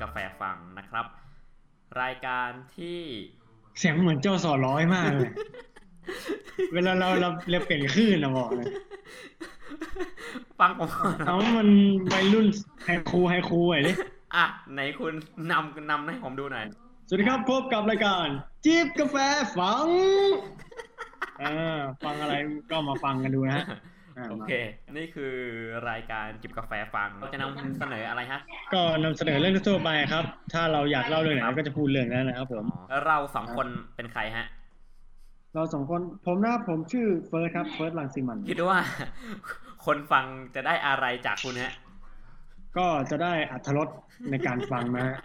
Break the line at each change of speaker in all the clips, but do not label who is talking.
กาแฟฟังนะครับ รายการที่
เสียงเหมือนโจสอร้อยมากเลย เวลาเราเราเราเปลี่ยนคลื่นนะบอกเลย
ฟังผมก่อน นะ
เอามันวัยรุ่นไฮคูไฮคูไอ้ดิ
อ่ะ ไหนคุณนำนำให้ผมดูหน่อย
สวัสดีครับพบกับรายการจิบกาแฟฟังอ่าฟังอะไรก็มาฟังกันดูนะฮะา
โอเค นี่คือรายการจิบกาแฟฟัง เราจะนำเสนออะไรฮะ
ก็นำเสนอเรื่องทั่วไปครับ ถ้าเราอยากเล่าเรื่องไหนเราก็จะพูดเรื่องนั้นนะครับผม
เราสองคนเป็นใครฮะ
เราสองคนผมนะครับผมชื่อเฟิร์สครับเฟิร์สลังสีมัน
คิดว่า คนฟังจะได้อะไรจากคุณฮะ
ก็จะได้อัธรสในการฟังนะฮะ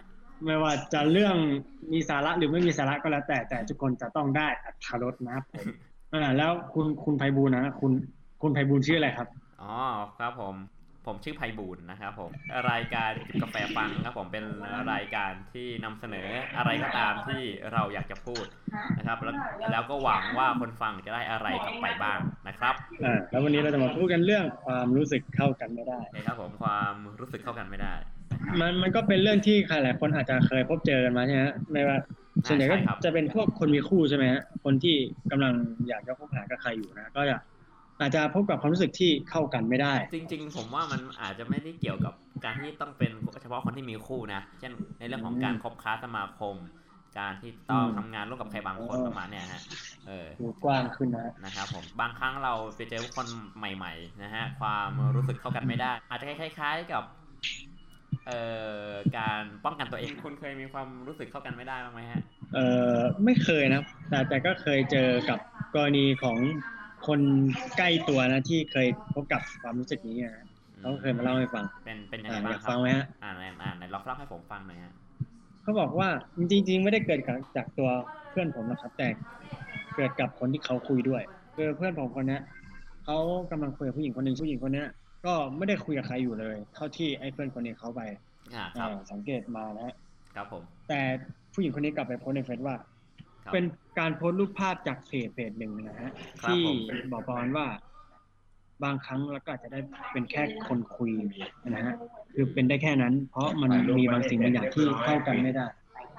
ไม่ว่าจะเรื่องมีสาระหรือไม่มีสาระก็แล้วแต่แต่ทุกคนจะต้องได้อัธรสนะครับผมอ่าแล้วคุณคุณไพบูลย์นะคุณคุณไพบูลย์ชื่ออะไรครับ
อ๋อครับผม ผมชื่อไพบูลย์นะครับผม รายการจิบกาแฟฟังครับผมเป็นรายการที่นำเสนออะไรก็ตามที่เราอยากจะพูดนะครับ แล้วแล้วก็หวังว่าคนฟังจะได้อะไรกลับไปบ้างนะครับ
อ่าแล้ววันนี้เราจะมาพูดกันเรื่องความรู้สึกเข้ากันไม่ได้
โอเคครับผมความรู้สึกเข้ากันไม่ได้
มันมันก็เป็นเรื่องที่ใครหลายคนอาจจะเคยพบเจอกันมาใช่ไหมฮะไม่ว่าส่วนใหญ่ก็
ใช่ครับ
จะเป็นพวกคนมีคู่ใช่ไหมฮะคนที่กำลังอยากจะคบหากับใครอยู่นะ ก็จะอาจจะพบกับความรู้สึกที่เข้ากันไม่ได้
จริงๆ ผมว่ามันอาจจะไม่ได้เกี่ยวกับการที่ต้องเป็นเฉพาะคนที่มีคู่นะ เช่นในเรื่องของการคบค้าสมาคม การที่ต้อง
อืม
ทำงานร่วมกับใครบางคนประมาณเนี้ยฮะ เออ
ดูกว้างขึ้นนะฮะ
นะครับผมบางครั้งเราไปเจอคนใหม่ ๆ นะฮะ ความรู้สึกเข้ากันไม่ได้ อาจจะคล้ายๆกับเอ่อการป้องกันตัวเองคุณเคยมีความรู้สึกเข้ากันไม่ได้บ้างไหมฮะ
เออไม่เคยนะครับแต่แต่ก็เคยเจอกับกรณีของคนใกล้ตัวนะที่เคยพบกับความรู้สึกนี้นะเขาเคยมาเล่าให้ฟัง
เป็นเป็นยัง
อ่า
ไงบ้าง
อยาก
ครั
ฟั
บ
งไหมฮะ
อ่านอ่านอ่านไหนลองเล่าให้ผมฟังหน่อยฮะ
เขาบอกว่าจริง ๆ ไม่ได้เกิดกับจากตัวเพื่อนผมนะครับ แต่เกิดกับคนที่เขาคุยด้วยคือเพื่อนผมคนเนี้ยเขากำลังคุยกับผู้หญิงคนหนึ่งผู้หญิงคนเนี้ยก็ไม่ได้คุยกับใครอยู่เลย เท่าที่ไอ้เพื่อนคนนี้เขาไป
อ่าครับ
อ่าสังเกตมานะฮะ
ครับผม
แต่ผู้หญิงคนนี้กลับไปโพสต์ในเฟซว่า
ครับ
เป็นการโพสต์รูปภาพจากเพจเพจหนึ่งนะฮะ
ครับ
ที่
ผม
บอกประมาณว่า บางครั้งเราก็อาจจะได้เป็นแค่คนคุยนะฮะคือเป็นได้แค่นั้น เพราะมันมีบางสิ่งบางอย่างที่เข้ากันไม่ได้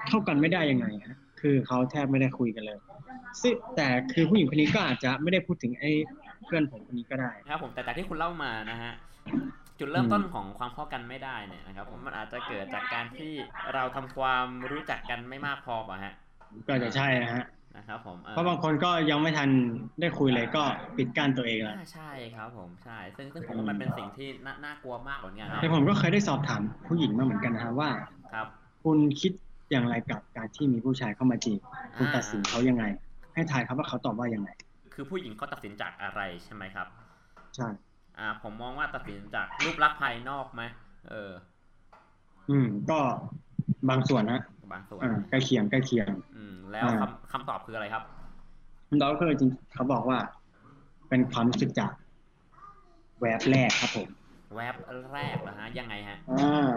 เข้ากันไม่ได้ยังไงฮะคือเขาแทบไม่ได้คุยกันเลยซึ่งแต่คือผู้หญิงคนนี้ก็อาจจะไม่ได้พูดถึงไอ้เพื่อนผมคนนี้ก็ได้
ครับผมแต่จากที่คุณเล่ามานะฮะจุดเริ่มต้นของความเข้ากันไม่ได้เนี่ยนะครับผมมันอาจจะเกิดจากการที่เราทำความรู้จักกันไม่มากพอป่ะฮะ
ก็จะใช่นะฮะ
นะครับผมอ่อ
เพราะบางคนก็ยังไม่ทันได้คุยเลยก็ปิดกั้นตัวเองแล้ว
อ่าใช่ครับผมใช่ ซึ่งซึ่งผมว่ามันเป็นสิ่งที่น่าน่ากลัวมากเหมือนกันครับ
แต่ผมก็เคยได้สอบถามผู้หญิงมาเหมือนกันนะฮะว่า
ครับ
คุณคิดอย่างไรกับการที่มีผู้ชายเข้ามาจีบ คุณ
อ่า
ตัดสินเขายังไง ให้ทายครับว่าเขาตอบว่ายังไง
คือผู้หญิงเขาตัดสินจากอะไรใช่ไหมครับ
ใช่
อ่าผมมองว่าตัดสินจากรูปลักษณ์ภายนอกไหมเออ
อืม ก็บางส่วนนะ
บางส่วน
อ่าใกล้เคียงใกล้เคียง
อืมแล้ว
อ่า
คำคำตอบคืออะไรครับ
เราก็เลยจริงเขาบอกว่า เป็นความรู้สึกจากแวบแรกครับผม
แวบแรกเหรอฮะยังไงฮะ
อ่า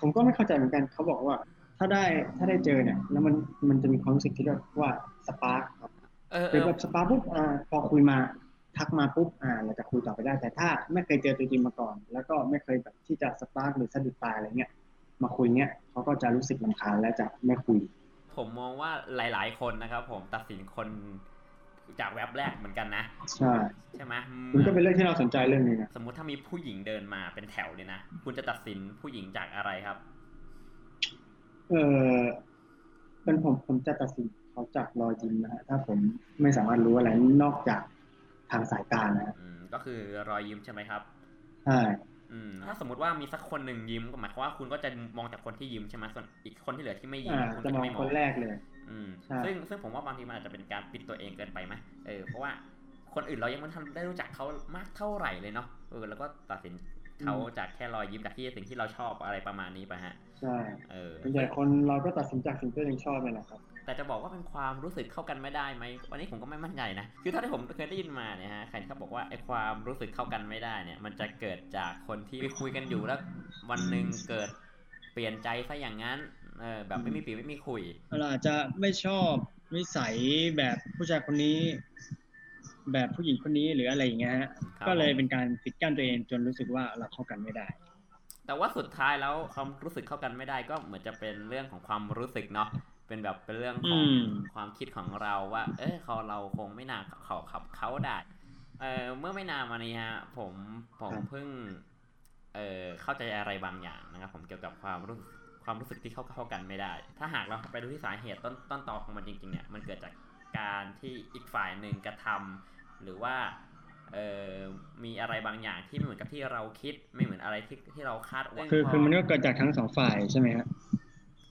ผมก็ไม่เข้าใจเหมือนกัน เขาบอกว่า ถ้าได้ถ้าได้เจอเนี่ย แล้วมันมันจะมีความรู้สึกที่เรียกว่าสปาร์คครับ
เออ
ห
เอ
รือ
อ
แบบสปาร์คปุ๊บอ่าพอคุยมาทักมาปุ๊บอ่าเราจะคุยต่อไปได้แต่ถ้าไม่เคยเจอตัวจริงมาก่อน แล้วก็ไม่เคยแบบที่จะสปาร์คหรือสะดุดตาอะไรเงี้ยมาคุยเงี้ยเขาก็จะรู้สึกลำคาญและจะไม่คุย
ผมมองว่าหลาย ๆ คนนะครับ ผมตัดสินคนจากแวบแรกเหมือนกันนะ
ใช่
ใช่ไหมอืม
มันก็เป็นเรื่องที่เราสนใจเรื่องนี้นะ
สมมุติถ้ามีผู้หญิงเดินมาเป็นแถวเลยนะ คุณจะตัดสินผู้หญิงจากอะไรครับ
เออเป็นผมผมจะตัดสินเขาจากรอยยิ้มนะฮะถ้าผมไม่สามารถรู้อะไรนอกจากทางสายตานะฮะ
อืมก็คือรอยยิ้มใช่ไหมครับ
ใช่
อืมถ้าสมมติว่ามีสักคนหนึ่งยิ้มก็หมายความว่าคุณก็จะมองจากคนที่ยิ้มใช่ไหมส่วนอีกคนที่เหลือที่ไม่ยิ้ม
อ่า
คุณ
จะ
ก็
ม
จะ
อง
ไม่ม
ค
อง
นแรกเลย
อืม
ใช่
ซึ่งซึ่งผมว่าบางทีมันอาจจะเป็นการปิดตัวเองเกินไปไหมเออเพราะว่าคนอื่นเรายังไม่ทันได้รู้จักเขามากเท่าไหร่เลยเนาะเออแล้วก็ตัดสินเขาจากแค่รอยยิ้มจากที่สิ่งที่เราชอบอะไรประมาณนี้ไปฮะ
ใช่
เออ
ส่วนใหญ่คนเราก็ตัดสินจากสิ่งที่ตัวเองชอบนี่แหละครับ
แต่จะบอกว่าเป็นความรู้สึกเข้ากันไม่ได้ไหมวันนี้ผมก็ไม่มั่นใจนะคือเท่าที่ผมเคยได้ยินมาเนี่ยฮะใครเขาบอกว่าไอ้ความรู้สึกเข้ากันไม่ได้เนี่ย มันจะเกิดจากคนที่คุยกันอยู่แล้ว วันหนึ่งเกิดเปลี่ยนใจซะอย่างนั้น เออแบบไม่มีปีไม่มีคุย
เราอาจจะไม่ชอบนิสัยแบบผู้ชายคนนี้ แบบผู้หญิงคนนี้หรืออะไรอย่างเงี้ยฮะ
ครับ
ก็เลยเป็นการปิดกั้นตัวเองจนรู้สึกว่าเราเข้ากันไม่ได้
แต่ว่าสุดท้ายแล้วความรู้สึกเข้ากันไม่ได้ก็เหมือนจะเป็นเรื่องของความรู้สึกเนาะเป็นแบบเป็นเรื่องข
อื
อง
ม
ความคิดของเราว่า เออเขาเราคงไม่นานเขาขับเขาได้เออเมื่อไม่นานมานี้ฮะผมผม
ครับ
เพิ่งเออเข้าใจอะไรบางอย่างนะครับผมเกี่ยวกับความรู้สึกความรู้สึกที่เข้าเข้ากันไม่ได้ ถ้าหากเราไปดูที่สาเหตุต้นต้นตอของมันจริงๆเนี่ยมันเกิดจากการที่อีกฝ่ายหนึ่งกระทำ หรือว่าเอ่อมีอะไรบางอย่างที่ไม่เหมือนกับที่เราคิดไม่เหมือนอะไรที่ที่เราคาดหวัง
คือคือ
พ
มันก็เกิดจากทั้งสองฝ่ายใช่ไหมฮะ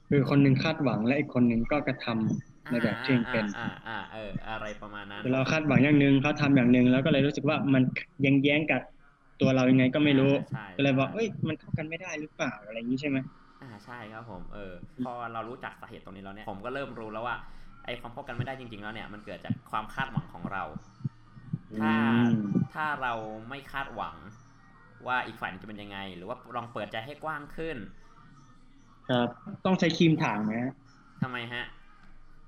คือคนหนึ่งคาดหวังและอีกคนหนึ่งก็กระทำในแบบที่มันเป็น
อ่าอ่าอ่าเอออะไรประมาณนั้น
คือเราคาดหวังอย่างหนึ่งเขาทำอย่างหนึ่งแล้วก็เลยรู้สึกว่ามันยังแย้งกับตัวเรายังไงก็ไม่รู้
ใช่
ก็เลยบอกเอ้ยมันเข้ากันไม่ได้หรือเปล่าอะไรอย่างนี้ใช่ไหม
อ่าใช่ครับผมเออพอเรารู้จักสาเหตุตรงนี้แล้วเนี่ยผมก็เริ่มรู้แล้วว่าไอ้ความเข้ากันไม่ได้จริง ๆ แล้วเนี่ยมันเกิดจากความคาดหวังของเรา ถ้า
อืม
ถ้าเราไม่คาดหวังว่าอีกฝ่ายหนึงจะเป็นยังไง หรือว่าลองเปิดใจให้กว้างขึ้น
ครับ ต้องใช้ครีมถางไหมฮะ
ทำไมฮะ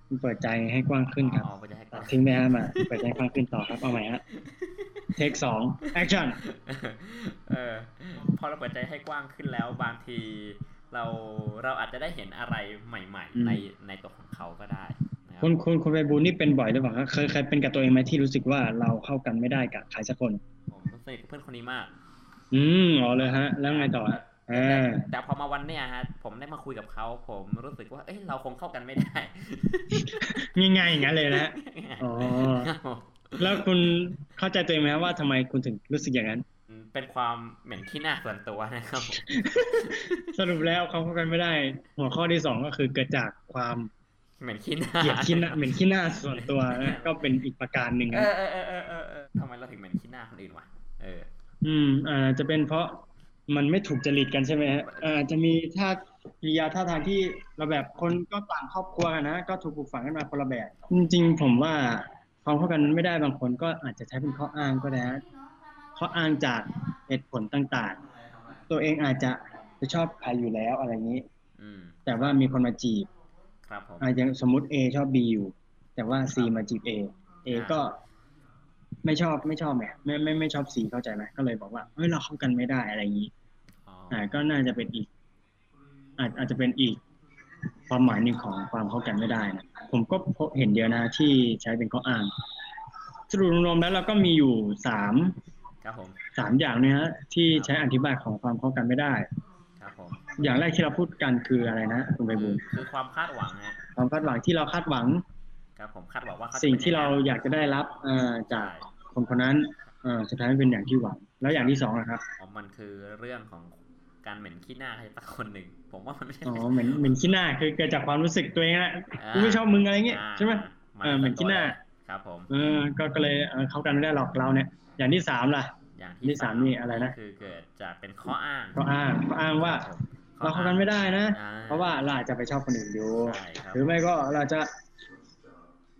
มันเปิดใจให้กว้างขึ้นครับ
อ๋อเปิดใจให้ก
ตั
ว้า
ด
ง
ทิ้งไปฮะมาเปิดใจให้กว้างขึ้นต่อครับเอาใหม่ฮะเทคสองแอคชั่น
เออพอเราเปิดใจให้กว้างขึ้นแล้วบางที เราเราอาจจะได้เห็นอะไรใหม่ ๆ ในในตัวของเขาก็ได้นะครั
คุณคุณคุณไปบูลนี่เป็นบ่อยหรือเปล่าครับเคยเคยเป็นกับตัวเองไหมที่รู้สึกว่าเราเข้ากันไม่ได้กับใครสักคน
ผมสนิทกับเพื่อนคนนี้มาก
อืมอ๋อเลยฮะ แล้วไงต่อฮะเอ
แต่
อ
แต่พอมาวันเนี้ยฮะผมได้มาคุยกับเขาผมรู้สึกว่าเอ้ยเราคงเข้ากันไม่ได้
ง่ายๆอย่างนั้นเลยนะฮะอ๋อ
ครับผม
แล้วคุณเข้าใจตัวเองไหมครับว่าทำไมคุณถึงรู้สึกอย่างนั้น
เป็นความเหม็นขี้หน้าส่วนตัวนะครับ
สรุปแล้วเขาเข้ากันไม่ได้ หัวข้อที่สองก็คือเกิดจากความ
เหม็นขี้หน้า
เกลียดขี้หน้าเหม็นขี้หน้าส่วนตัวนะก็เป็นอีกประการหนึ่ง
เอ
นะ
อเออเออเออเออเออทำไมเราถึงเหม็นขี้หน้าคนอื่นวะเออ
อืมอ่าจะเป็นเพราะมันไม่ถูกจริตกันใช่ไหมฮะอ่าจะมีท่ากิริยาท่าทางที่เราแบบคนก็ต่างครอบครัวกันนะก็ถูกปลูกฝังกันมาคนละแบบจริงๆผมว่าความเข้ากันไม่ได้บางคนก็อาจจะใช้เป็นข้ออ้างก็ได้ฮะข้ออ้างจากเหตุผลต่างๆ ตัวเองอาจจะจะชอบใครอยู่แล้วอะไรอย่างนี้
อืม
แต่ว่ามีคนมาจีบ
ครับผม
อาจจะสมมติ A ชอบ B อยู่ แต่ว่า C มาจีบ A A
อ่า
ก็ ไม่ชอบไม่ชอบแหมไม่ไม่ไม่ชอบ C เข้าใจไหมก็เลยบอกว่าเฮ้ยเราเข้ากันไม่ได้อะไรอย่างนี้
อ๋อ
อ่าก็น่าจะเป็นอีก อาจอาจจะเป็นอีก ความหมายหนึ่งของความเข้ากันไม่ได้นะผมก็พบเห็นเดียวนะที่ใช้เป็นข้ออ้างสรุปรวมๆแล้วเราก็มีอยู่สาม
ครับผม
สามอย่างเนะฮะที่ใช้อธิบายของความเข้ากันไม่ได้
ครับผม
อย่างแรกที่เราพูดกันคืออะไรนะคุณไป
คื
บู
อ
ลย์
คือความคาดหวังนะ
ความคาดหวังที่เราคาดหวัง
ครับผมคาดหวังว่าเขาจะ
สิ่งที่เรา
ป็นอย่
อยากจะได้รับเอ่อจาก
งนั้น
คนคนนั้นเอ่อสุดท้ายไม่เป็นอย่างที่หวัง แล้วอย่างที่สองนะครับ
อ๋อมันคือเรื่องของการเหม็นขี้หน้าใครสักคนหนึ่ง ผมว่ามันไม่ใช่
อ๋อเหมือนเหมือนขี้หน้าคือเกิดจากความรู้สึกตัวเองนะ
า
กูไม่ชอบมึงอะไรเงี้ยใช่ไหม
อ่าา
เออเหม็นขี้หน้า
ครับผม
เออก็ก็เลยเอ่อเข้ากันไม่ได้หรอกเราเนี่ย อย่างที่สามล่ะ
อย่าง
นี่สามนี่อะไรนะ
คือเกิดจากเป็นข้ออ้าง
ก็อ้างก็อ้างว่า
ครับผม
เราเข้ากันไม่ได้นะ
อ่
เพราะว่าเราอาจจะไปชอบคนอื่นอยู่
ใช่ครับ
หรือไม่ก็เราจะ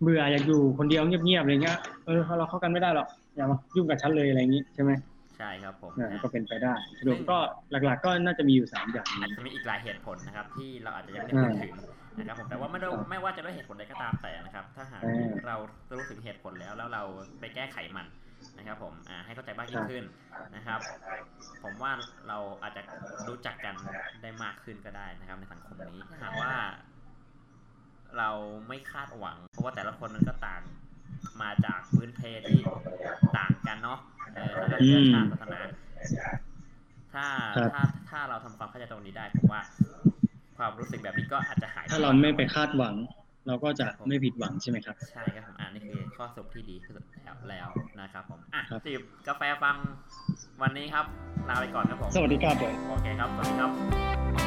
เบื่ออยากอยู่คนเดียวเงียบๆอะไรเงี้ยเออเราเข้ากันไม่ได้หรอกอย่ามายุ่งกับฉันเลยอะไรอย่างงี้ใช่ไหม
ใช่ครับผม
เออก็เป็นไปได้สรุปก็หลักๆ ก็น่าจะมีอยู่สามอย่าง
อาจ
นี้
จะมีอีกหลายเหตุผลนะครับ ที่เราอาจจะยังไม่ได้พูดถึงนะครับผมแต่ว่าไม่ได้ไม่ว่าจะด้วยเหตุผลใดก็ตามแต่นะครับ ถ้าหาก
เออ
เรารู้ถึงเหตุผลแล้วแล้วเราไปแก้ไขมันนะครับ ผมอ่าให้เข้าใจมากยิ่งขึ้น นะครับ ผมว่าเราอาจจะรู้จักกันได้มากขึ้นก็ได้นะครับ ในสังคมนี้ถ้าหากว่า เราไม่คาดหวัง เพราะว่าแต่ละคนมันก็ต่างมาจากพื้นเพที่ต่างกันเนาะเออทางเชื้อชาติศาสนาถ้า
ครับ
ถ้าถ้าเราทำความเข้าใจตรงนี้ได้ผมว่า ความรู้สึกแบบนี้ก็อาจจะหาย
ถ้าเราไม่ไปคาดหวัง เราก็จะไม่ผิดหวังใช่ไหมครับ
ใช่ครับผมอ่านี่คือข้อสรุปที่ดีที่สุดแล้วแล้วนะครับผมอ่ะ
ครับ
จิบกาแฟฟังวันนี้ครับลาไปก่อนครับผม
สวัสดีครับผม
โอเคครับ สวัสดีครับ